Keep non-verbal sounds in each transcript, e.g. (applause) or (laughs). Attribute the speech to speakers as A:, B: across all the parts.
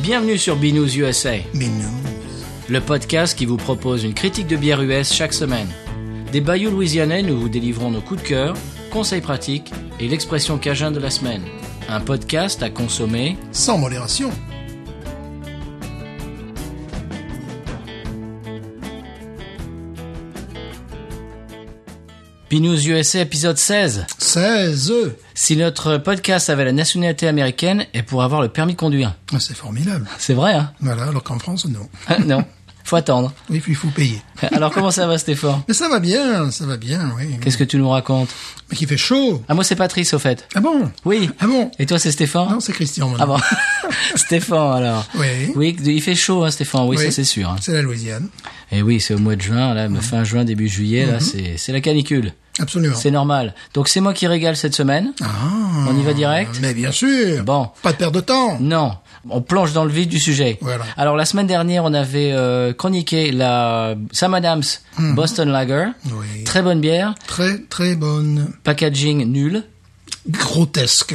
A: Bienvenue sur Binous USA,
B: Mais non.
A: le podcast qui vous propose une critique de bière US chaque semaine. Des bayous louisianais, nous vous délivrons nos coups de cœur, conseils pratiques et l'expression cajun de la semaine. Un podcast à consommer.
B: Sans modération.
A: Binous USA épisode 16.
B: 16.
A: Si notre podcast avait la nationalité américaine et pour avoir le permis de conduire.
B: Ah, C'est formidable.
A: C'est vrai, hein
B: Voilà, alors qu'en France, non.
A: Hein, Non. Faut attendre.
B: Oui, puis il faut payer.
A: Alors comment ça va Stéphane
B: Mais ça va bien, ça va bien, oui.
A: Qu'est-ce que tu nous racontes
B: Mais qui fait chaud.
A: Ah moi c'est Patrice au fait.
B: Ah bon
A: Oui.
B: Ah bon
A: Et toi c'est Stéphane
B: Non, c'est Christian. mon
A: Ah
B: nom.
A: bon (laughs) Stéphane alors.
B: Oui.
A: Oui, il fait chaud hein, Stéphane, oui,
B: Oui. Mhm.
A: ça c'est sûr. hein.
B: C'est la Louisiane.
A: Et oui, c'est au mois de juin, là, fin juin, début juillet,
B: Mhm.
A: là, c'est c'est la canicule.
B: Absolument.
A: C'est normal. Donc c'est moi qui régale cette semaine.
B: Ah,
A: On y va direct
B: Mais bien sûr.
A: Bon.
B: Pas de perte de temps.
A: Non, on plonge dans le vif du sujet.
B: Voilà.
A: Alors la semaine dernière, on avait euh, chroniqué la Sam Adams
B: Mhm.
A: Boston Lager.
B: Oui.
A: Très bonne bière,
B: Très, très bonne.
A: packaging nul, (laughs)
B: Grotesque.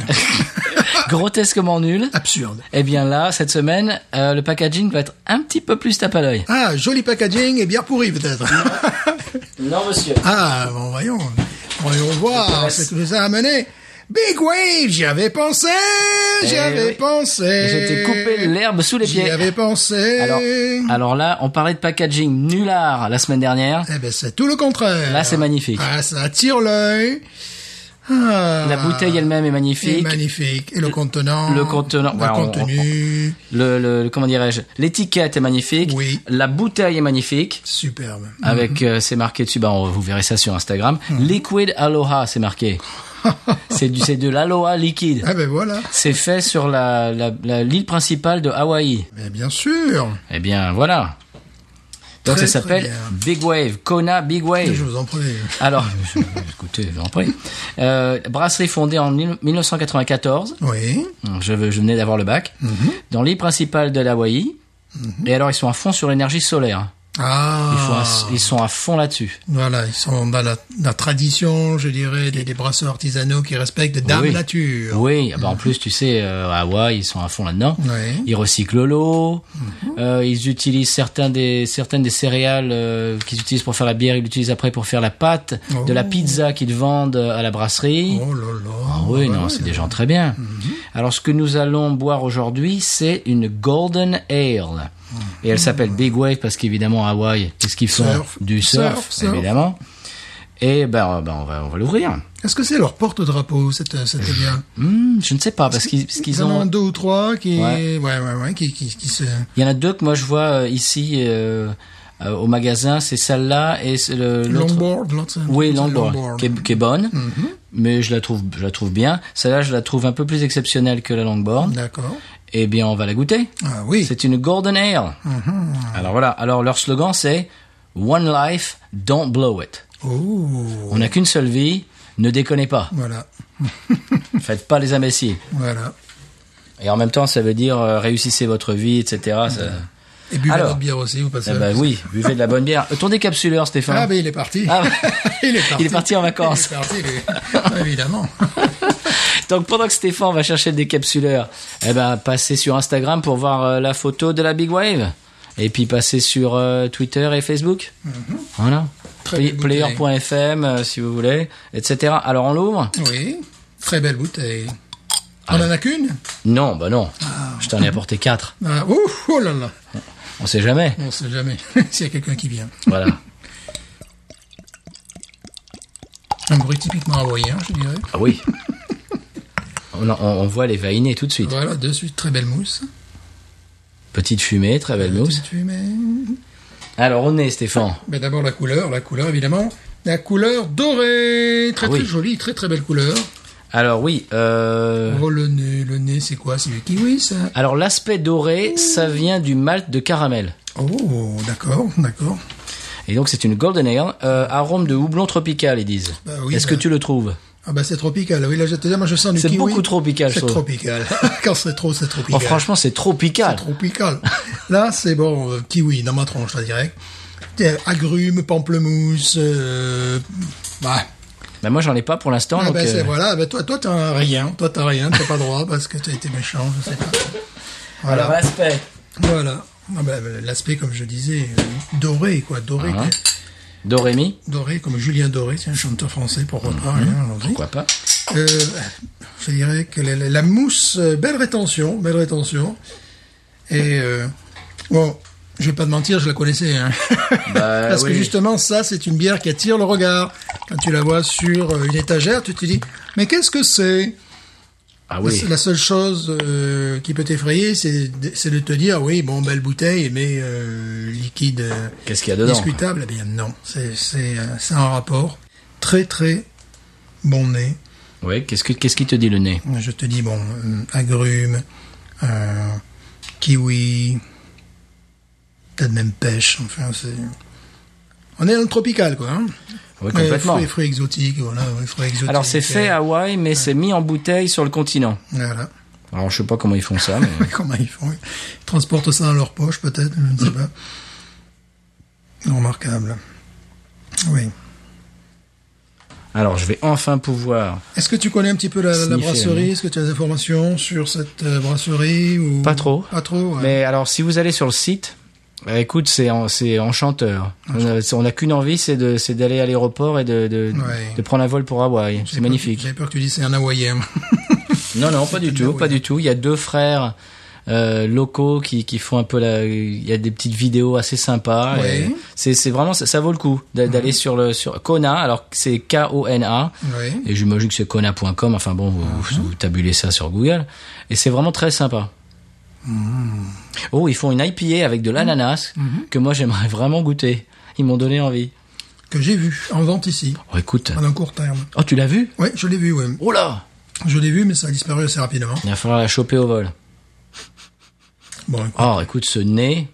A: grotesquement nul.
B: Absurde.
A: Eh bien là, cette semaine, euh, le packaging va être un petit peu plus tape à l'œil.
B: Ah, joli packaging et bien pourri peut-être.
A: (laughs) Non, monsieur.
B: Ah, bon, voyons. Voyons voir
A: Intéresse.
B: ce que nous a amené. Big Wave, j'y avais pensé, j'y
A: Eh
B: avais
A: oui.
B: pensé.
A: J'étais coupé l'herbe sous les
B: J'y
A: pieds.
B: avais pensé.
A: Alors, ah. alors là, on parlait de packaging nulard la semaine dernière.
B: Eh ben, c'est tout le contraire.
A: Là, c'est magnifique.
B: Ah, ça attire l'œil. Ah,
A: La bouteille elle-même est
B: est
A: magnifique.
B: magnifique. Et le contenant.
A: le contenant,
B: Le
A: voilà, on-
B: contenu.
A: Le, le- comment dirais-je L'étiquette est magnifique.
B: Oui. Mhm.
A: La bouteille est magnifique.
B: Superbe.
A: Avec euh, c'est marqué dessus, bah, on- vous verrez ça sur Instagram.
B: Mhm.
A: Liquid Aloha, c'est
B: (laughs)
A: marqué. c'est du c'est de l'aloha liquide.
B: Ah ben voilà.
A: C'est fait sur la la- la- l'île principale de Hawaï.
B: Mais bien sûr.
A: Eh bien voilà. Donc
B: Très,
A: ça s'appelle
B: très bien.
A: Big Wave, Kona Big Wave.
B: Je vous en prie.
A: Alors, (laughs) je- écoutez, j'en prie. Euh, brasserie fondée en mille- 1994.
B: Oui.
A: Je, veux- je venais d'avoir le bac.
B: Mhm.
A: Dans l'île principale de l'Hawaï. Et alors, ils sont à fond sur l'énergie solaire.
B: Ah.
A: Ils, font à- ils sont à fond là-dessus.
B: Voilà, ils sont dans la, la tradition, je dirais, des, des brasseurs artisanaux qui respectent Dame
A: Oui.
B: Nature.
A: Oui, bah, en plus, tu sais, euh, à Hawaï, ils sont à fond là-dedans.
B: Oui.
A: Ils recyclent l'eau.
B: Mhm.
A: Euh, ils utilisent certains des, certaines des céréales euh, qu'ils utilisent pour faire la bière. Ils l'utilisent après pour faire la pâte de la pizza qu'ils vendent euh, à la brasserie.
B: Oh là là.
A: Ah oui, non, c'est des gens très bien.
B: Mhm.
A: Alors, ce que nous allons boire aujourd'hui, c'est une Golden Ale.
B: Ah.
A: Et elle s'appelle Big Wave parce qu'évidemment, à Hawaï, qu'est-ce qu'ils font
B: Surf.
A: Du surf,
B: Surf, surf.
A: évidemment. Et ben, ben, on va, on va l'ouvrir.
B: Est-ce que c'est leur porte-drapeau, cette, cette bière
A: Hmm, je ne sais pas, parce qu'ils parce qu'ils
B: Ils en ont
A: ont...
B: deux ou trois qui,
A: Ouais.
B: ouais, ouais, ouais, qui, qui, qui se.
A: Il y en a deux que moi, je vois euh, ici euh, euh, au magasin. C'est celle-là et c'est le- l'autre...
B: Longboard, l'autre. c'est-
A: Oui,
B: c'est
A: Longboard, qui est, qui est bonne,
B: Mhm.
A: mais je la trouve, je la trouve bien. Celle-là, je la trouve un peu plus exceptionnelle que la Longboard.
B: D'accord.
A: Eh bien, on va la goûter.
B: Ah oui.
A: C'est une Golden Ale.
B: Mhm.
A: Alors voilà, alors leur slogan c'est One life, don't blow it.
B: Oh.
A: On n'a qu'une seule vie, ne déconnez
B: (laughs)
A: pas,
B: Voilà.
A: faites pas les imbéciles.
B: Voilà.
A: Et en même temps, ça veut dire euh, réussissez votre vie, etc. Ça-
B: Et buvez
A: Alors.
B: votre bière aussi, vous passez.
A: Eh ben oui, buvez de la bonne bière. Euh, Ton décapsuleur, Stéphane.
B: Ah ben il est parti.
A: Ah, ben.
B: (laughs) il est parti.
A: Il est parti en vacances.
B: Il est parti, lui. Ah, évidemment.
A: Donc pendant que Stéphane va chercher le décapsuleur, eh ben passez sur Instagram pour voir euh, la photo de la Big Wave. Et puis passez sur euh, Twitter et Facebook. Voilà.
B: Mhm. Très
A: Play-
B: belle bouteille.
A: Player.fm euh, si vous voulez, etc. Alors on l'ouvre
B: Oui. Très belle bouteille. On
A: Ah.
B: en a qu'une
A: Non, bah non. Je t'en ai apporté quatre.
B: Ah, ouf, oh là là.
A: On sait jamais.
B: On sait jamais (laughs) s'il y a quelqu'un qui vient.
A: Voilà.
B: Un bruit typiquement hawaïen, je dirais.
A: Ah oui. On, en- on- on voit les vainés tout de suite.
B: Voilà, de suite, très belle mousse.
A: Petite fumée, très belle mousse.
B: Petite fumée.
A: Alors on est Stéphane.
B: Mais d'abord la couleur, la couleur évidemment. La couleur dorée. Très
A: Ah oui.
B: très jolie, très très belle couleur.
A: Alors oui. euh,
B: Oh le nez, le nez c'est quoi C'est du kiwi ça
A: Alors l'aspect doré, ça vient du malt de caramel.
B: Oh, d'accord, d'accord.
A: Et donc c'est une Golden Ale, euh, arôme de houblon tropical, ils disent.
B: Bah oui,
A: Est-ce
B: bah-
A: que tu le trouves Oh,
B: Ah bah c'est tropical, oui là je te dis, moi je sens du
A: C'est
B: kiwi.
A: beaucoup tropical, je
B: C'est
A: trouve.
B: tropical. (laughs) Quand c'est trop, c'est
A: Oh
B: tropical.
A: franchement c'est tropical.
B: Tropical. Là, c'est bon, euh, kiwi dans ma tronche, là, direct. Euh, Agrumes, pamplemousse, euh, bah,
A: Bah moi j'en ai pas pour l'instant.
B: Ah
A: donc,
B: ben,
A: euh,
B: c'est- voilà, ben, toi, toi, t'as rien, toi, t'as rien, t'as pas droit parce que t'as été méchant, je sais pas. Voilà.
A: Alors, l'aspect.
B: Voilà. Ah ben, L'aspect, comme je disais, euh, doré, quoi. Doré,
A: Ah. Dorémy,
B: doré comme Julien Doré, c'est un chanteur français, pourquoi pas, hein, aujourd'hui.
A: pourquoi pas
B: Euh, je dirais que la, la- la mousse, euh, belle rétention, belle rétention. Et euh, bon, je vais pas te mentir, je la connaissais. hein.
A: (laughs) Bah,
B: (laughs) Parce que
A: oui.
B: justement, ça, c'est une bière qui attire le regard. Quand tu la vois sur euh, une étagère, tu te dis, mais qu'est-ce que c'est
A: Ah oui.
B: La seule chose euh, qui peut t'effrayer, c'est de c'est de te dire, oui, bon, belle bouteille, mais euh, liquide euh,
A: Qu'est-ce qu'il y a dedans
B: discutable. Eh bien non, c'est c'est, euh, c'est un rapport très très bon nez.
A: Oui, qu'est-ce que qu'est-ce qui te dit le nez
B: Je te dis, bon, euh, agrumes, euh, kiwi, peut-être même pêche, enfin, c'est... On est dans le tropical, quoi. hein.
A: Oui,
B: Ouais,
A: complètement.
B: fruits, fruits exotiques, voilà, ouais, fruits exotiques.
A: Alors c'est fait
B: euh,
A: à Hawaï, mais c'est mis en bouteille sur le continent.
B: Voilà. (laughs)
A: Alors je sais pas comment ils font ça, mais
B: Comment ils font Ils transportent ça dans leur poche, peut-être, je ne sais pas. Remarquable. Oui.
A: alors je vais enfin pouvoir.
B: Est-ce que tu connais un petit peu la, la
A: Sniffer,
B: brasserie Est-ce que tu as des informations sur cette euh, brasserie ou...
A: Pas trop.
B: Pas trop, ouais.
A: Mais alors si vous allez sur le site, bah, écoute, c'est en- c'est enchanteur. On a, c'est- on a qu'une envie, c'est de c'est d'aller à l'aéroport et de de,
B: Ouais.
A: de prendre un vol pour Hawaï. C'est
B: J'ai peur-
A: magnifique.
B: J'ai peur que tu dises c'est un hawaïen. (laughs)
A: Non, non, pas du tout,
B: Hawaïen.
A: pas du tout. Il y a deux frères euh, locaux qui, qui font un peu la. Il y a des petites vidéos assez sympas.
B: Ouais. Mhm.
A: Et C'est c'est vraiment ça, ça vaut le coup d'a- d'aller sur le sur Kona. Alors c'est K O N A.
B: oui.
A: Et j'imagine que c'est kona.com. Enfin bon, vous, vous- vous tabulez ça sur Google. Et c'est vraiment très sympa. Oh, ils font une IPA avec de l'ananas que moi j'aimerais vraiment goûter. Ils m'ont donné envie.
B: Que j'ai vu en vente ici,
A: Oh, écoute.
B: en un court terme.
A: Oh, tu l'as vu
B: Oui, je l'ai vu, oui.
A: Oh là
B: Je l'ai vu, mais ça a disparu assez rapidement.
A: Il va falloir la choper au vol.
B: Bon, écoute.
A: Oh, écoute, ce nez.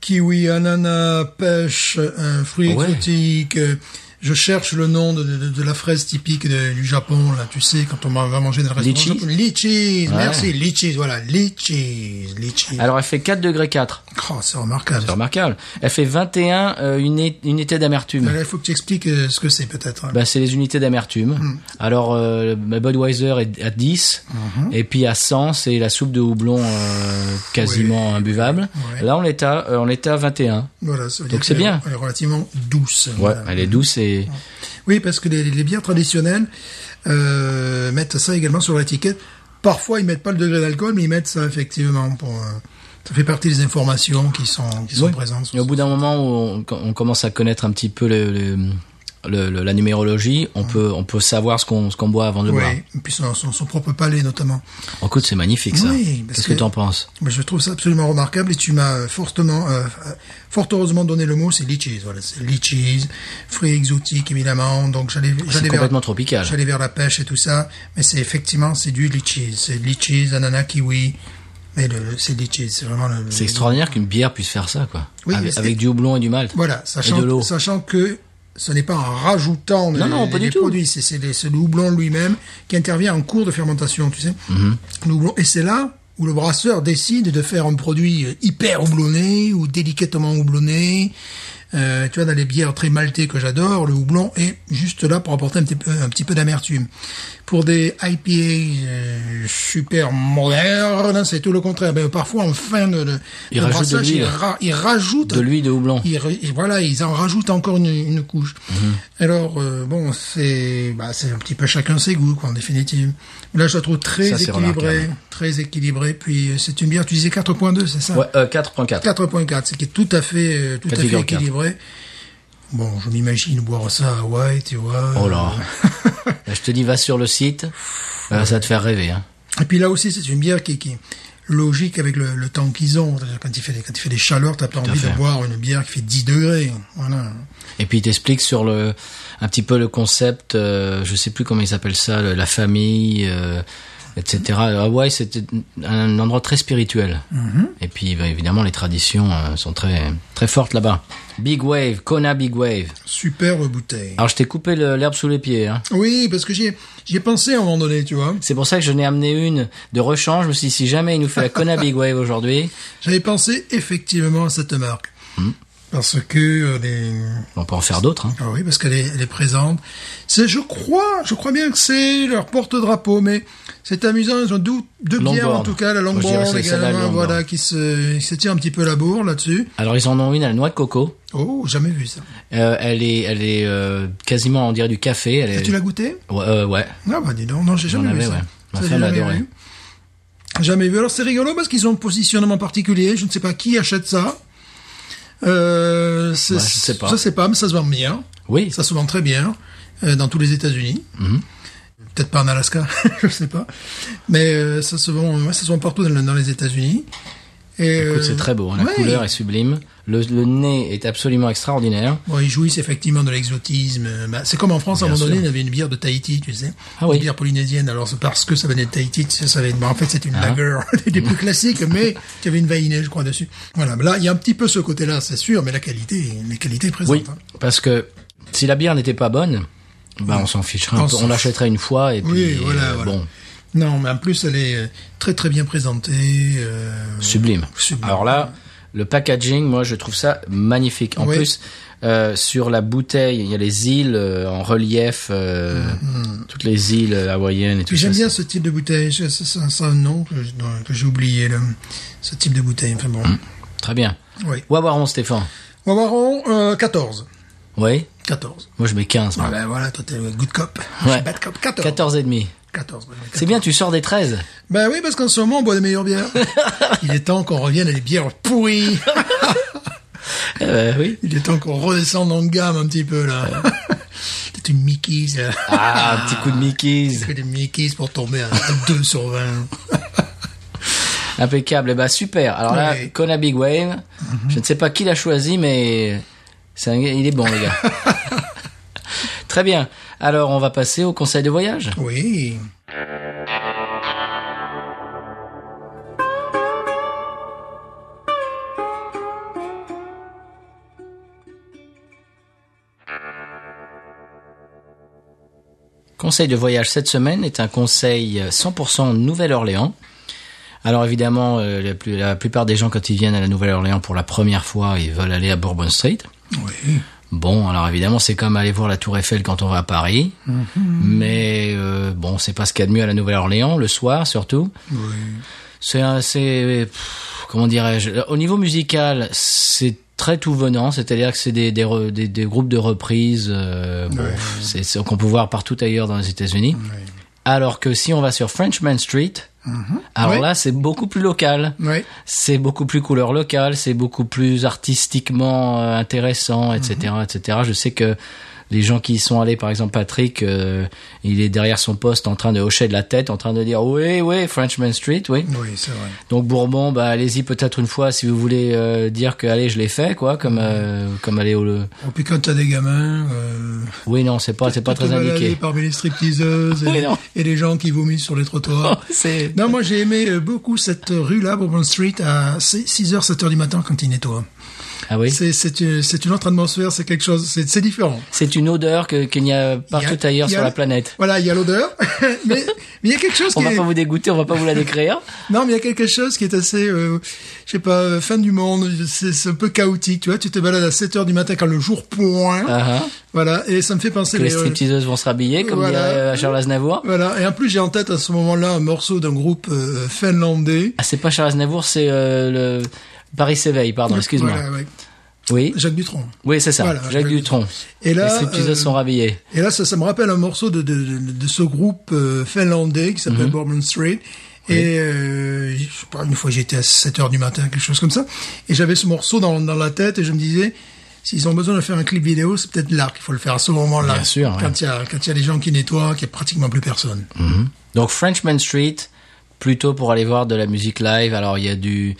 B: kiwi, ananas, pêche, euh, fruits
A: Ouais.
B: exotiques. euh, Je cherche le nom de, de- de la fraise typique de- du Japon, là, tu sais, quand on va va manger dans le
A: Litchi
B: restaurant japonais. Litchis,
A: Ouais.
B: merci, litchis, voilà, litchis, litchis.
A: Alors elle fait 4 degrés 4.
B: Oh, c'est remarquable.
A: C'est remarquable. Elle fait 21 euh, uni- unités d'amertume.
B: Alors, Il faut que tu expliques euh, ce que c'est, peut-être. hein.
A: Bah, c'est les unités d'amertume.
B: Hmm.
A: Alors, euh, bah, Budweiser est à 10.
B: Mhm.
A: Et puis à 100, c'est la soupe de houblon euh, quasiment imbuvable.
B: Ouais.
A: Là, on est, à, euh, on est à 21.
B: voilà, ça veut dire
A: donc c'est
B: qu'elle est-
A: bien.
B: Elle est relativement douce.
A: Ouais,
B: voilà.
A: elle est douce et...
B: Oui, parce que les, les bières traditionnelles euh, mettent ça également sur l'étiquette. Parfois, ils mettent pas le degré d'alcool, mais ils mettent ça effectivement pour. euh, ça fait partie des informations qui sont qui sont
A: Ouais.
B: présentes.
A: Et au bout d'un moment où on, on commence à connaître un petit peu le... le- le- le- la numérologie, on peut on peut savoir ce qu'on ce qu'on boit avant de le
B: Hmm. Oui,
A: boire.
B: et puis son, son, son propre palais notamment.
A: Écoute, c'est magnifique ça.
B: Oui, parce
A: Qu'est-ce que,
B: que-
A: t'en penses
B: Mais je trouve ça absolument remarquable et tu m'as euh, fortement, euh, euh, fort heureusement donné le mot, c'est litchis. Voilà, c'est litchis, fruits exotiques évidemment. Donc j'allais
A: Ah, C'est
B: j'allais vers
A: complètement tropical.
B: j'allais vers la pêche et tout ça, mais c'est effectivement c'est du litchis, c'est litchis, ananas, kiwi, mais le, le- c'est litchis, c'est vraiment le.
A: C'est extraordinaire qu'une bière puisse faire ça, quoi.
B: Oui, mais
A: avec,
B: c'est-
A: avec du houblon et du malt.
B: Voilà,
A: de l'eau.
B: sachant, sachant que ce n'est pas en rajoutant les,
A: Non, non, pas
B: les-
A: du
B: les
A: tout.
B: produits, c'est- c'est les- c'est le houblon lui-même qui intervient en cours de fermentation, tu sais.
A: Mhm.
B: Le houblon- et c'est là où le brasseur décide de faire un produit euh, hyper houblonné ou délicatement houblonné. Euh, tu vois, dans les bières très maltées que j'adore, le houblon est juste là pour apporter un petit peu, un petit peu d'amertume. Pour des IPA euh, super modernes, c'est tout le contraire. Ben, parfois, en fin de, de,
A: Ils
B: de
A: rajoutent de
B: brassage, ils,
A: l'huile.
B: ra- Ah, ils rajoutent
A: De l'huile de houblon. Mhm.
B: ils, re- et voilà, ils en rajoutent encore une, une couche. Alors euh, bon, c'est bah, c'est un petit peu chacun ses goûts quoi, en définitive. Là, je la trouve très
A: Ça, c'est
B: équilibrée,
A: remarquable.
B: très équilibrée. Puis euh, c'est une bière. Tu disais 4.2, c'est ça
A: Ouais, euh, 4.4.
B: 4.4, c'est qui est tout à fait euh, tout à fait
A: Catégorie quatre.
B: équilibré. Bon, je m'imagine boire ça à Hawaï, tu vois.
A: Oh là. Là, je te dis, va sur le site. Là, ça va te faire rêver, hein.
B: Et puis là aussi, c'est une bière qui, qui est logique avec le, le temps qu'ils ont. C'est-à-dire Quand il fait des, quand il fait des chaleurs, t'as pas
A: à
B: envie de
A: fait.
B: boire une bière qui fait 10 degrés. Voilà.
A: Et puis, il t'explique sur le, un petit peu le concept, euh, je sais plus comment ils appellent ça, le- la famille, euh, etc. Hawaï, c'était un endroit très spirituel. Et puis, bah, évidemment, les traditions euh, sont très, très fortes là-bas. Big Wave, Kona Big Wave.
B: Superbe bouteille.
A: Alors, je t'ai coupé le- l'herbe sous les pieds, hein.
B: Oui, parce que j'y ai, j'y ai pensé à un moment donné, tu vois.
A: C'est pour ça que je n'ai amené une de rechange. Je me suis dit, si jamais il nous fait la Kona Big Wave aujourd'hui, Hmm.
B: J'avais pensé effectivement à cette marque. Parce que euh, les...
A: On peut en faire d'autres. hein.
B: Ah oui, parce qu'elle est, elle est présente. C'est, je crois, je crois bien que c'est leur porte-drapeau, mais c'est amusant. Ils ont deux, deux
A: Longboard.
B: bières, en tout cas, la
A: Moi, je dirais
B: Longboard
A: que c'est celle-là,
B: également,
A: Longboard.
B: voilà, qui se, qui se tire un petit peu la bourre là-dessus.
A: Alors ils en ont une à la noix de coco.
B: Oh, jamais vu ça.
A: Euh, elle est, elle est euh, quasiment on dirait du café. Elle est...
B: Tu l'as goûté?
A: Ouais, euh, ouais.
B: Ah bah dis donc, non, j'ai
A: J'en
B: jamais
A: avais,
B: vu ça.
A: ouais. Ma
B: Ça, j'ai
A: femme
B: jamais
A: adorait.
B: vu. Jamais vu. Alors c'est rigolo parce qu'ils ont un positionnement particulier. Je ne sais pas qui achète ça. Euh, c'est-
A: Ouais, Bah, je sais pas.
B: Ça c'est pas, mais ça se vend bien.
A: Oui. Mhm.
B: Ça se vend très bien euh, dans tous les États-Unis. Peut-être pas en Alaska, (laughs) je sais pas. Mais euh, ça se vend, ouais, ça se vend partout dans, dans les États-Unis. Et,
A: Écoute,
B: euh,
A: c'est très beau. hein. La
B: ouais,
A: couleur est sublime. Le, le nez est absolument extraordinaire.
B: Bon, ils jouissent effectivement de l'exotisme. Euh, bah, c'est comme en France, à un
A: Bien
B: moment
A: sûr.
B: donné, on avait une bière de Tahiti, tu sais.
A: Ah oui.
B: Une bière polynésienne. Alors, c'est parce que ça venait de Tahiti, tu sais, ça avait, bah, en fait, c'est une
A: Ah.
B: lager (laughs) des plus classiques,
A: (laughs)
B: mais qui avait une vaïnée, je crois, dessus. Voilà. Là, il y a un petit peu ce côté-là, c'est sûr, mais la qualité, la qualité est présente.
A: Oui,
B: hein.
A: parce que si la bière n'était pas bonne, bah on s'en ficherait. un
B: On
A: peu.
B: s'en
A: On l'achèterait une fois et
B: Oui,
A: puis
B: voilà,
A: euh,
B: voilà.
A: bon,
B: Non, mais en plus, elle est euh, très, très bien présentée, euh,
A: sublime.
B: Sublime.
A: Alors là, le packaging, moi je trouve ça magnifique. En
B: Oui.
A: plus, euh, sur la bouteille, il y a les îles euh, en relief, euh, toutes les îles hawaïennes et tout
B: Puis Mm-hmm. j'aime
A: ça.
B: bien ce type de bouteille. Je- C'est c'est un, c'est un nom que je- dont- que j'ai oublié, là. Ce type de bouteille. Enfin bon.
A: Mm. Très bien.
B: Oui.
A: Wawaron, Stéphane.
B: Wawaron, euh, 14.
A: Oui.
B: 14.
A: Moi je mets 15. moi.
B: Ah ben voilà, toi t'es le good cop.
A: Ouais.
B: Bad cop, 14.
A: 14 et demi.
B: 14. ouais,
A: C'est
B: 14.
A: bien, tu sors des 13.
B: Ben oui, parce qu'en ce moment, on boit des
A: (laughs)
B: meilleures bières. Il est temps qu'on revienne à des bières pourries.
A: Euh, oui.
B: Il est temps qu'on redescende en gamme un petit peu, là. (laughs) T'es une Mickey's, là. (laughs)
A: Ah, un petit coup de Mickey's.
B: Que des Mickey's pour tomber à 2 sur 20.
A: Impeccable. Eh ben, super. Alors là,
B: Ouais.
A: Kona Big Wave, je ne sais pas qui l'a choisi, mais c'est un- il est bon, les gars. Très bien. Alors, on va passer au conseil de voyage.
B: Oui.
A: Conseil de voyage cette semaine est un conseil 100% Nouvelle-Orléans. Alors évidemment, euh, la, plus- la plupart des gens quand ils viennent à la Nouvelle-Orléans pour la première fois, ils veulent aller à Bourbon Street.
B: Oui.
A: Bon, alors évidemment, c'est comme aller voir la Tour Eiffel quand on va à Paris,
B: Mhm.
A: mais euh, bon, c'est pas ce qu'il y a de mieux à la Nouvelle-Orléans le soir surtout.
B: Oui.
A: C'est un- c'est pff, comment dirais-je Au niveau musical, c'est très tout venant, c'est-à-dire que c'est des, des, re- des- des groupes de reprises euh, bon,
B: Ouais.
A: pff, c'est- c'est- qu'on peut voir partout ailleurs dans les États-Unis.
B: Oui.
A: Alors que si on va sur Frenchman Street, alors
B: Ouais.
A: là, c'est beaucoup plus local.
B: Oui.
A: C'est beaucoup plus couleur locale, c'est beaucoup plus artistiquement euh, intéressant, etc.,
B: Mhm.
A: etc. Je sais que les gens qui y sont allés, par exemple Patrick, euh, il est derrière son poste en train de hocher de la tête, en train de dire oui, oui, Frenchman Street, oui.
B: Oui, c'est vrai.
A: Donc Bourbon, bah allez-y peut-être une fois si vous voulez euh, dire que allez, je l'ai fait, quoi, comme euh, comme aller au. le-
B: Et Oh, puis quand t'as des gamins, euh,
A: Oui, non, c'est pas c'est pas
B: tu te
A: très
B: balades
A: (laughs) indiqué.
B: Parmi les stripteaseuses
A: Oui,
B: et,
A: non.
B: et les gens qui vomissent sur
A: (laughs)
B: les trottoirs.
A: C'est
B: Non, moi j'ai aimé euh, beaucoup cette rue-là, Bourbon Street, à 6h, 7h du matin quand il nettoie.
A: ah oui.
B: C'est- C'est une, c'est une autre atmosphère, c'est quelque chose, c'est c'est différent.
A: C'est une odeur que qu'il n'y a partout
B: Il y a-
A: ailleurs
B: il y a-
A: sur la planète.
B: Voilà, il y a l'odeur, (laughs) mais mais il y a quelque chose
A: On
B: qui
A: va
B: est...
A: pas vous dégoûter, on va pas vous la
B: (laughs)
A: décrire.
B: Non, mais il y a quelque chose qui est assez, euh, je sais pas, euh, fin du monde, c'est c'est un peu chaotique, tu vois, tu te balades à 7h du matin quand le jour point,
A: Ah, ah.
B: voilà, et ça me fait penser...
A: Que les
B: euh,
A: stripteaseuses vont se rhabiller, comme
B: Voilà.
A: dirait euh, Charles Aznavour.
B: Voilà, et en plus j'ai en tête à ce moment-là un morceau d'un groupe euh, finlandais.
A: Ah, c'est pas Charles Aznavour, c'est euh, le Paris s'éveille, pardon, excuse-moi.
B: Voilà, ouais.
A: Oui,
B: Jacques Dutronc.
A: oui, c'est ça,
B: Voilà,
A: Jacques
B: Jacques
A: Dutronc.
B: Et
A: les
B: là,
A: stripteaseuses
B: euh,
A: sont rhabillées.
B: et là ça, ça me rappelle un morceau de, de, de, de ce groupe euh, finlandais qui
A: Mhm.
B: s'appelle Bourbon Street. Et euh, je sais pas, une fois j'étais à 7 heures du matin, quelque chose comme ça, et j'avais ce morceau dans, dans la tête et je me disais, s'ils ont besoin de faire un clip vidéo, c'est peut-être là qu'il faut le faire, à ce moment-là.
A: Bien sûr, ouais.
B: Quand il y a quand il y a les gens qui nettoient, qu'il n'y a pratiquement plus personne.
A: Donc Frenchman Street, plutôt pour aller voir de la musique live. Alors il y a du,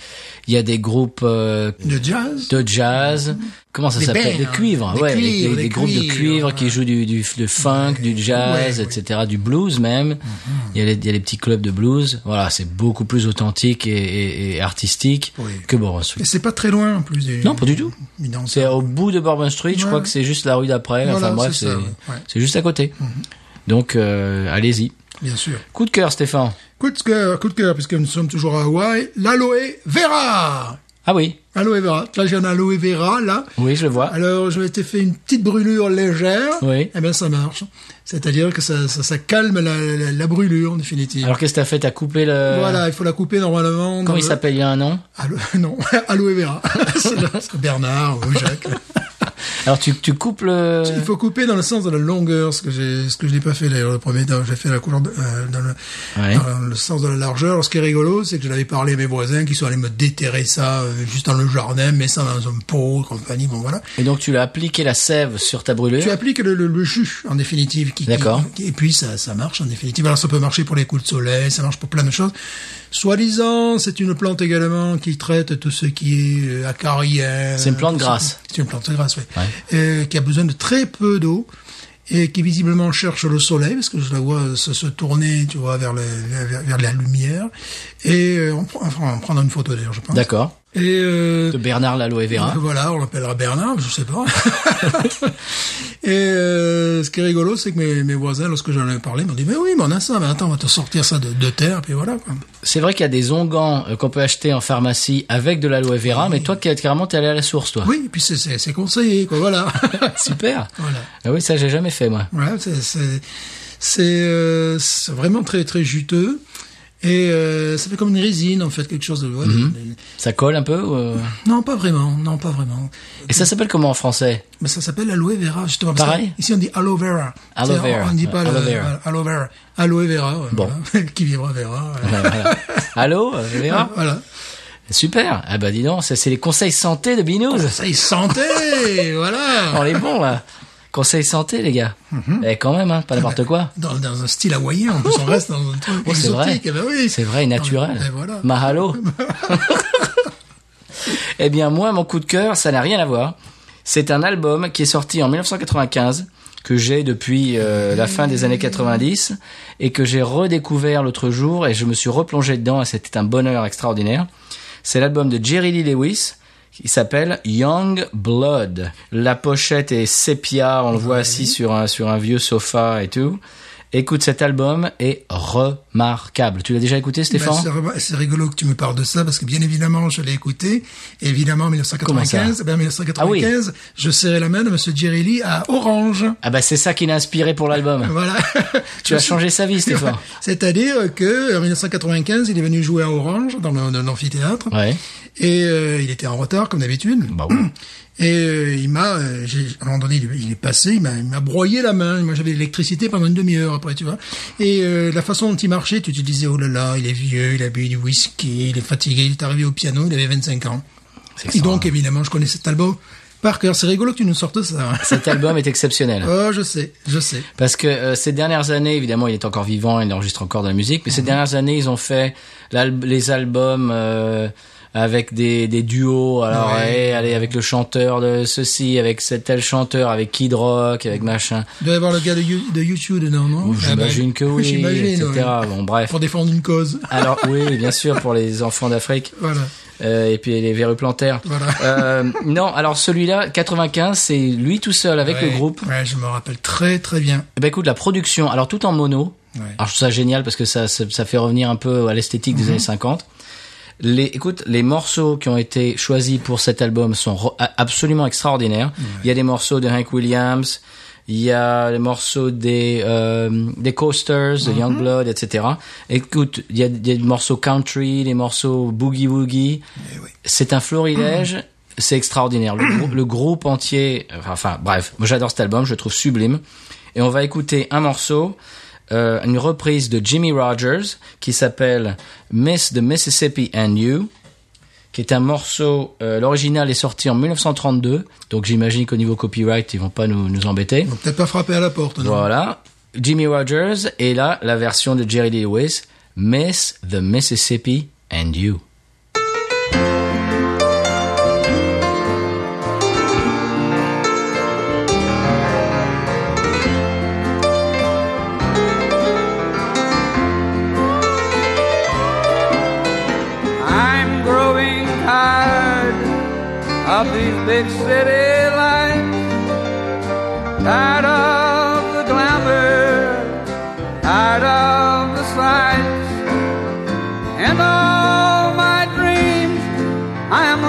A: il y a des groupes euh,
B: De jazz
A: de jazz. Comment ça
B: Des
A: s'appelle
B: bands, hein.
A: Des cuivres,
B: des
A: ouais, des- des,
B: cuivres, des
A: des groupes de
B: cuivres,
A: cuivres qui
B: ouais.
A: jouent du, du, du funk, du jazz,
B: ouais, Mm-hmm.
A: etc., du blues même. Il y, a les, il y a les petits clubs de blues. Voilà, c'est beaucoup plus authentique et, et- et artistique
B: Oui.
A: que Bourbon Street.
B: Et c'est pas très loin en plus. des-
A: Non, pas du tout.
B: Mais non,
A: C'est au bout de Bourbon Street, je
B: Ouais.
A: crois que c'est juste la rue d'après.
B: Voilà,
A: enfin bref,
B: c'est
A: c'est
B: ça, ouais. Mm-hmm. Ouais.
A: c'est juste à côté. Donc euh, allez-y.
B: Bien sûr.
A: Coup de cœur, Stéphane.
B: Coup de cœur, coup de cœur, puisque nous sommes toujours à Hawaï, l'aloe vera
A: Ah oui,
B: Aloe vera. Là, j'ai un aloe vera, là.
A: oui, je le vois.
B: Alors, je m'étais fait une petite brûlure légère.
A: Oui.
B: Eh bien, ça marche. C'est-à-dire que ça, ça, ça calme la, la, la brûlure, en définitive.
A: Alors qu'est-ce que t'as fait T'as coupé le...
B: Voilà, il faut la couper normalement.
A: Comment
B: dans
A: il
B: le-
A: s'appelle Il y a un nom
B: Alo- (laughs) Non, aloe vera. (laughs) C'est le- c'est Bernard ou Jacques.
A: Euh. Alors tu, tu coupes le...
B: Il faut couper dans le sens de la longueur, ce que j'ai, ce que je n'ai pas fait d'ailleurs le premier temps. J'ai fait la couleur de- euh, dans, le,
A: Ouais.
B: dans le sens de la largeur. Alors, ce qui est rigolo, c'est que je l'avais parlé à mes voisins qui sont allés me déterrer ça euh, juste dans le jardin, mais ça dans un pot, compagnie. Bon voilà.
A: Et donc tu l'as appliqué la sève sur ta brûlure
B: Tu appliques le, le, le jus en définitive. Qui, qui-
A: Hein D'accord.
B: qui- et puis ça, ça marche en définitive. Alors ça peut marcher pour les coups de soleil, ça marche pour plein de choses. Soi-disant, c'est une plante également qui traite tout ce qui est euh, acarien.
A: C'est une plante
B: tout ce-
A: grasse.
B: C'est une plante grasse, oui.
A: Ouais.
B: Euh, qui a besoin de très peu d'eau et qui visiblement cherche le soleil parce que je la vois se, se tourner, tu vois, vers, le- vers, vers la lumière. Et euh, on, prend- enfin, on prendra une photo d'ailleurs, je pense.
A: D'accord.
B: Et euh,
A: De Bernard l'aloe vera.
B: (laughs) voilà, on l'appellera Bernard, je sais pas. (laughs) et euh, ce qui est rigolo, c'est que mes, mes voisins, lorsque j'en ai parlé, m'ont dit, mais oui, mais on a ça, mais attends, on va te sortir ça de, de terre, puis voilà. Quoi.
A: C'est vrai qu'il y a des onguents euh, qu'on peut acheter en pharmacie avec de l'aloe vera, mais toi qui- carrément t'es allé à la source toi.
B: Oui, et puis c'est- c'est c'est conseillé, quoi, voilà.
A: Super.
B: voilà.
A: Ah oui, ça j'ai jamais fait moi.
B: Voilà, c'est- c'est c'est, euh, c'est vraiment très très juteux et euh, ça fait comme une résine en fait quelque chose de, ouais, de- de-
A: Ça colle un peu ou, euh,
B: non pas vraiment non pas vraiment
A: Et ça s'appelle comment en français
B: mais ça s'appelle aloe vera justement parce que
A: Pareil
B: ici on dit aloe vera
A: Aloe
B: C'est-à-dire,
A: vera,
B: on, ne dit pas
A: ouais,
B: le-
A: aloe vera.
B: voilà, aloe vera aloe vera ouais,
A: Bon.
B: voilà. (laughs) qui vivra verra voilà.
A: Bah,
B: (laughs)
A: Voilà. Allô, aloe vera
B: Voilà.
A: Super. Ah bah dis donc, ça, c'est les conseils santé de
B: (laughs)
A: Binous.
B: ça y
A: (laughs)
B: est, santé voilà
A: On est bon là. Conseils santé les gars.
B: Mm-hmm.
A: Eh quand même, hein, pas n'importe
B: (laughs)
A: quoi.
B: dans, dans un style hawaïen en plus on reste dans un
A: (laughs)
B: truc
A: Oh, c'est vrai.
B: exotique eh ben oui
A: C'est vrai et naturel.
B: Et voilà
A: Mahalo. eh bien, moi, mon coup de cœur, ça n'a rien à voir. C'est un album qui est sorti en 1995, que j'ai depuis euh, la fin des années 90, et que j'ai redécouvert l'autre jour, et je me suis replongé dedans, et c'était un bonheur extraordinaire. C'est l'album de Jerry Lee Lewis, qui s'appelle Young Blood. La pochette est sépia, on le voit assis sur un, sur un vieux sofa et tout. Écoute, cet album est remarquable. Tu l'as déjà écouté, Stéphane
B: Ben, c'est vraiment- c'est rigolo que tu me parles de ça parce que bien évidemment je l'ai écouté. Et évidemment en 1995, ben, en 1995, je serrais la main de Monsieur Jerry Lee à Orange.
A: Ah bah c'est ça qui l'a inspiré pour l'album.
B: (laughs) Voilà.
A: (laughs) Tu as changé sa vie, Stéphane.
B: C'est-à-dire que en 1995, il est venu jouer à Orange dans le- dans l'amphithéâtre
A: Ouais.
B: et euh, il était en retard comme d'habitude.
A: Bah (clears throat) oui.
B: (clears throat) Et euh, il m'a, euh, j'ai- à un moment donné, il, il est passé, il m'a il m'a broyé la main. Moi, j'avais l'électricité pendant une demi-heure après, tu vois. Et euh, la façon dont il marchait, tu te disais, oh là là, il est vieux, il a bu du whisky, il est fatigué, il est arrivé au piano, il avait 25 ans.
A: C'est
B: Et donc, évidemment, je connais cet album par cœur. C'est rigolo que tu nous sortes ça. hein.
A: Cet album est exceptionnel.
B: oh, je sais, je sais.
A: Parce que euh, ces dernières années, évidemment, il est encore vivant, il enregistre encore de la musique,
B: Mhm.
A: mais ces dernières années, ils ont fait l'al- les albums euh, avec des, des duos. Alors,
B: Ouais.
A: eh, allez, avec le chanteur de ceci, avec cet tel chanteur, avec Kid Rock, avec machin.
B: Il doit y avoir le gars de, You- de YouTube dedans, non Ah ben,
A: J'imagine que oui,
B: J'imagine,
A: etc.
B: ouais.
A: Bon, bref.
B: Pour défendre une cause.
A: Alors, oui, bien sûr, pour les enfants d'Afrique.
B: Voilà.
A: Euh, et puis les verrues plantaires.
B: Voilà.
A: Euh, non, alors celui-là, 95, c'est lui tout seul avec le
B: Ouais,
A: groupe.
B: Ouais, je me rappelle très très bien.
A: Eh ben écoute, la production, alors tout en mono.
B: Ouais.
A: Alors je trouve ça génial parce que ça, ça, ça fait revenir un peu à l'esthétique des années 50. Les, écoute, les morceaux qui ont été choisis pour cet album sont ro- a- absolument extraordinaires. Il y a des morceaux de Hank Williams, il y a les morceaux des euh, des Coasters, de Youngblood, etc. Écoute, il y a, il y a des morceaux country, des morceaux boogie woogie.
B: Eh oui.
A: C'est un florilège, c'est extraordinaire. Le, grou- le groupe entier, enfin, enfin, bref, moi j'adore cet album, je le trouve sublime. Et on va écouter un morceau, euh, une reprise de Jimmy Rogers qui s'appelle Miss the Mississippi and You, qui est un morceau, euh, l'original est sorti en 1932, donc j'imagine qu'au niveau copyright, ils vont pas nous, nous embêter.
B: Ils vont peut-être pas frapper à la porte, non
A: Voilà, Jimmy Rogers, et là, la version de Jerry Lee Lewis, Miss the Mississippi and You.
C: I'm growing tired of these big city lights, tired of the glamour, tired of the sights, and all my dreams. I am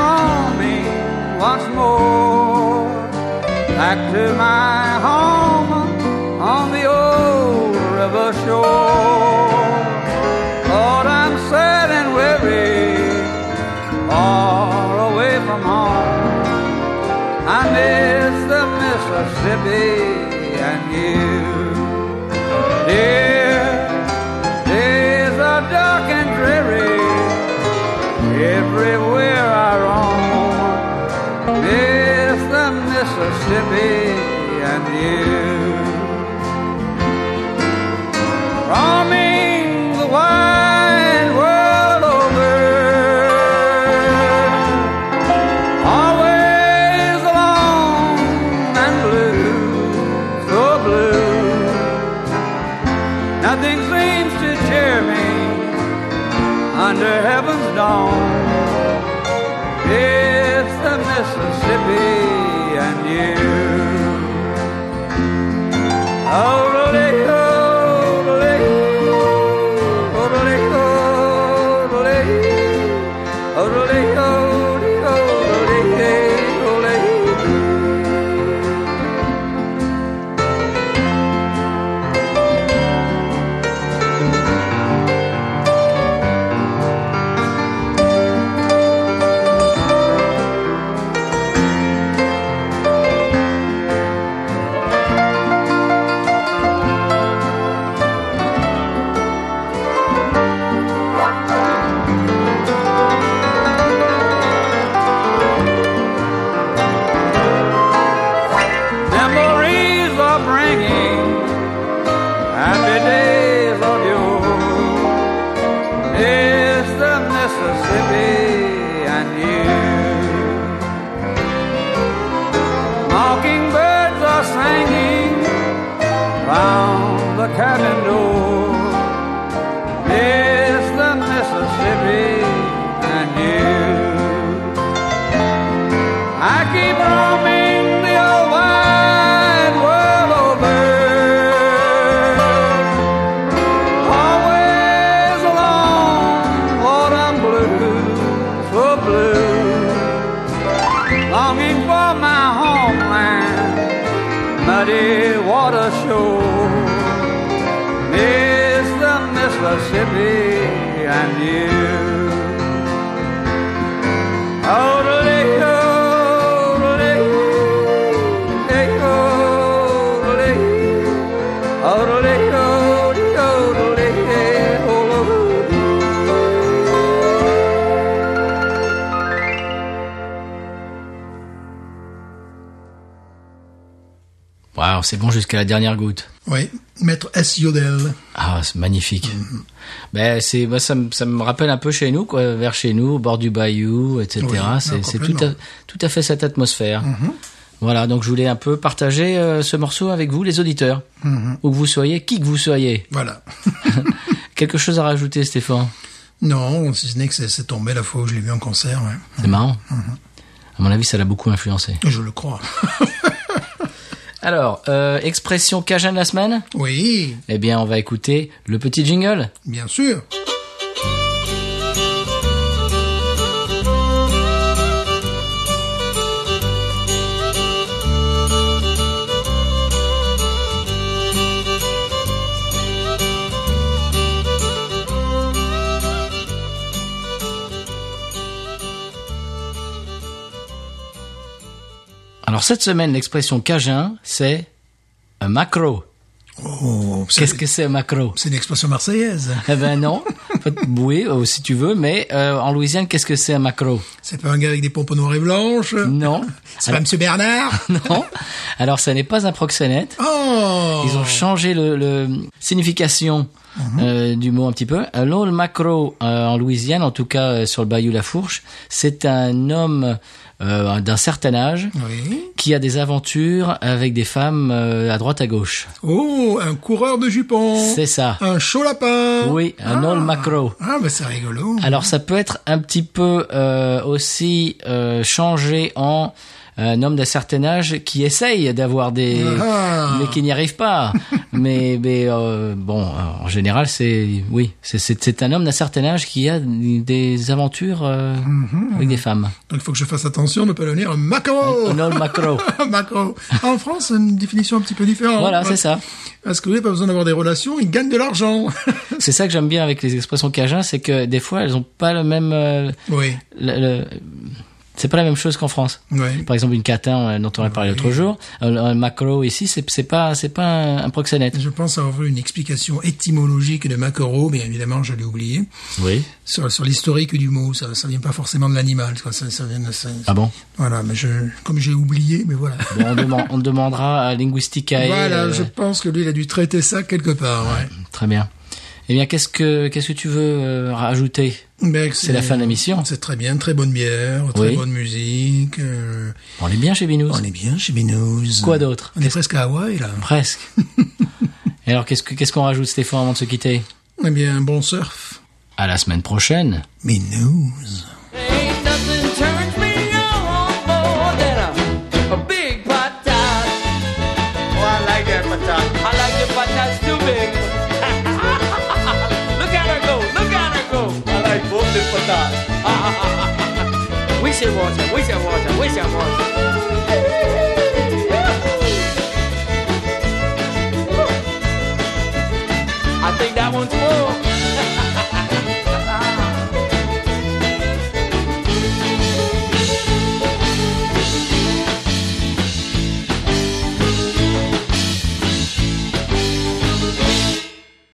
C: Mississippi and you. Dear, days are dark and dreary everywhere I roam. Miss the Mississippi and you. Roaming the wide world over always alone and blue, so blue. Nothing seems to cheer me under heaven's dawn. It's the Mississippi and you. Oh, lady, oh, lady, oh, lady, oh, lady. oh, Memories are bringing happy days of you. It's the Mississippi and you. Mockingbirds are singing round the cabin door. It's the Mississippi and you. I keep roaming the old wide world over. Always alone, autumn blue, so blue. Longing for my homeland, muddy water shore. Miss the Mississippi and you.
D: Oh,
A: Waouh, c'est bon jusqu'à la dernière goutte.
B: Oui, maître S. Yodel.
A: Ah, c'est magnifique. Ben, c'est, ben, ça, me- ça me rappelle un peu chez nous, quoi, vers chez nous, au bord du bayou, etc.
B: Oui,
A: c'est c'est
B: non,
A: tout,
B: complètement. Mm-hmm.
A: à, tout à fait cette atmosphère. Voilà, donc je voulais un peu partager euh, ce morceau avec vous, les auditeurs,
B: Mm-hmm.
A: où que vous soyez, qui que vous soyez.
B: Voilà.
A: Quelque chose à rajouter, Stéphane
B: non, si ce n'est que c'est- c'est tombé la fois où je l'ai vu en concert. ouais.
A: C'est marrant.
B: Mm-hmm.
A: À mon avis, ça l'a beaucoup influencé.
B: Je le crois. (laughs)
A: Alors, euh, expression cajun de la semaine
B: oui,
A: Eh bien, on va écouter le petit jingle.
B: bien sûr.
A: Alors, cette semaine, l'expression cajun, c'est un macro.
B: Oh, c'est
A: Qu'est-ce que c'est un macro
B: c'est une expression marseillaise.
A: Eh ben non. En fait, oui, euh, si tu veux, mais euh, en Louisiane, qu'est-ce que c'est un macro
B: C'est pas un gars avec des pompes noires et blanches.
A: Non.
B: C'est pas
A: Alors,
B: Monsieur Bernard.
A: (laughs) non. Alors, ça n'est pas un proxénète.
B: Oh
A: Ils ont changé le, le signification
B: Mhm.
A: euh, du mot un petit peu. Alors, le macro euh, en Louisiane, en tout cas euh, sur le bayou La Fourche, c'est un homme euh, d'un certain âge
B: Oui.
A: qui a des aventures avec des femmes euh, à droite à gauche.
B: Oh, un coureur de jupons.
A: C'est ça.
B: Un chaud lapin.
A: Oui, un all macro.
B: Oh. Ah, bah c'est rigolo.
A: Alors ça peut être un petit peu euh, aussi euh, changé en euh, un homme d'un certain âge qui essaye d'avoir des
B: Ah.
A: mais qui n'y arrive pas. mais mais euh, bon, en général c'est oui, c'est- c'est c'est un homme d'un certain âge qui a des aventures euh, avec des femmes.
B: Donc il faut que je fasse attention de ne pas devenir un macro.
A: Un all macro.
B: Un (laughs) macro. Ah, En France, c'est une définition un petit peu différente.
A: Voilà, c'est ça.
B: Parce que vous n'avez pas besoin d'avoir des relations, ils gagnent de l'argent. (laughs)
A: C'est ça que j'aime bien avec les expressions cajun, c'est que des fois elles ont pas le même euh,
B: oui.
A: le- le- C'est pas la même chose qu'en France.
B: Ouais.
A: Par exemple, une catin euh, dont on a parlé l'autre jour, euh, un macro ici, c'est c'est pas c'est pas un, un proxénète.
B: Je pense avoir une explication étymologique de Macoro, mais évidemment, je l'ai oublié.
A: Oui.
B: Sur, sur l'historique du mot, ça, ça vient pas forcément de l'animal. quoi. Ça, ça vient de- ça-
A: Ah bon.
B: Voilà, mais je, comme j'ai oublié, mais voilà.
A: Bon, on, deman- on demandera à Linguisticae.
B: voilà,
A: euh,
B: je pense que lui, il a dû traiter ça quelque part. Ouais.
A: Très bien. Eh bien, qu'est-ce que qu'est-ce que tu veux euh, rajouter
B: Mais
A: C'est la fin de l'émission.
B: C'est très bien, très bonne bière, très
A: Oui.
B: bonne musique. euh,
A: On est bien chez Binous.
B: on est bien chez Binous.
A: Quoi d'autre
B: On est presque à Hawaï, là.
A: Presque. Et alors, qu'est-ce que qu'est-ce qu'on rajoute, Stéphane, avant de se quitter
B: Eh bien, bon surf.
A: À la semaine prochaine.
B: Binous.
D: Ain't nothing turns me on more than a, a big patat. Oh, I like that patat. I like the patats too big. (laughs) look at her go, look at her go. I like both the patats. we should watch her, we should watch her, we should watch her. I think that one's full.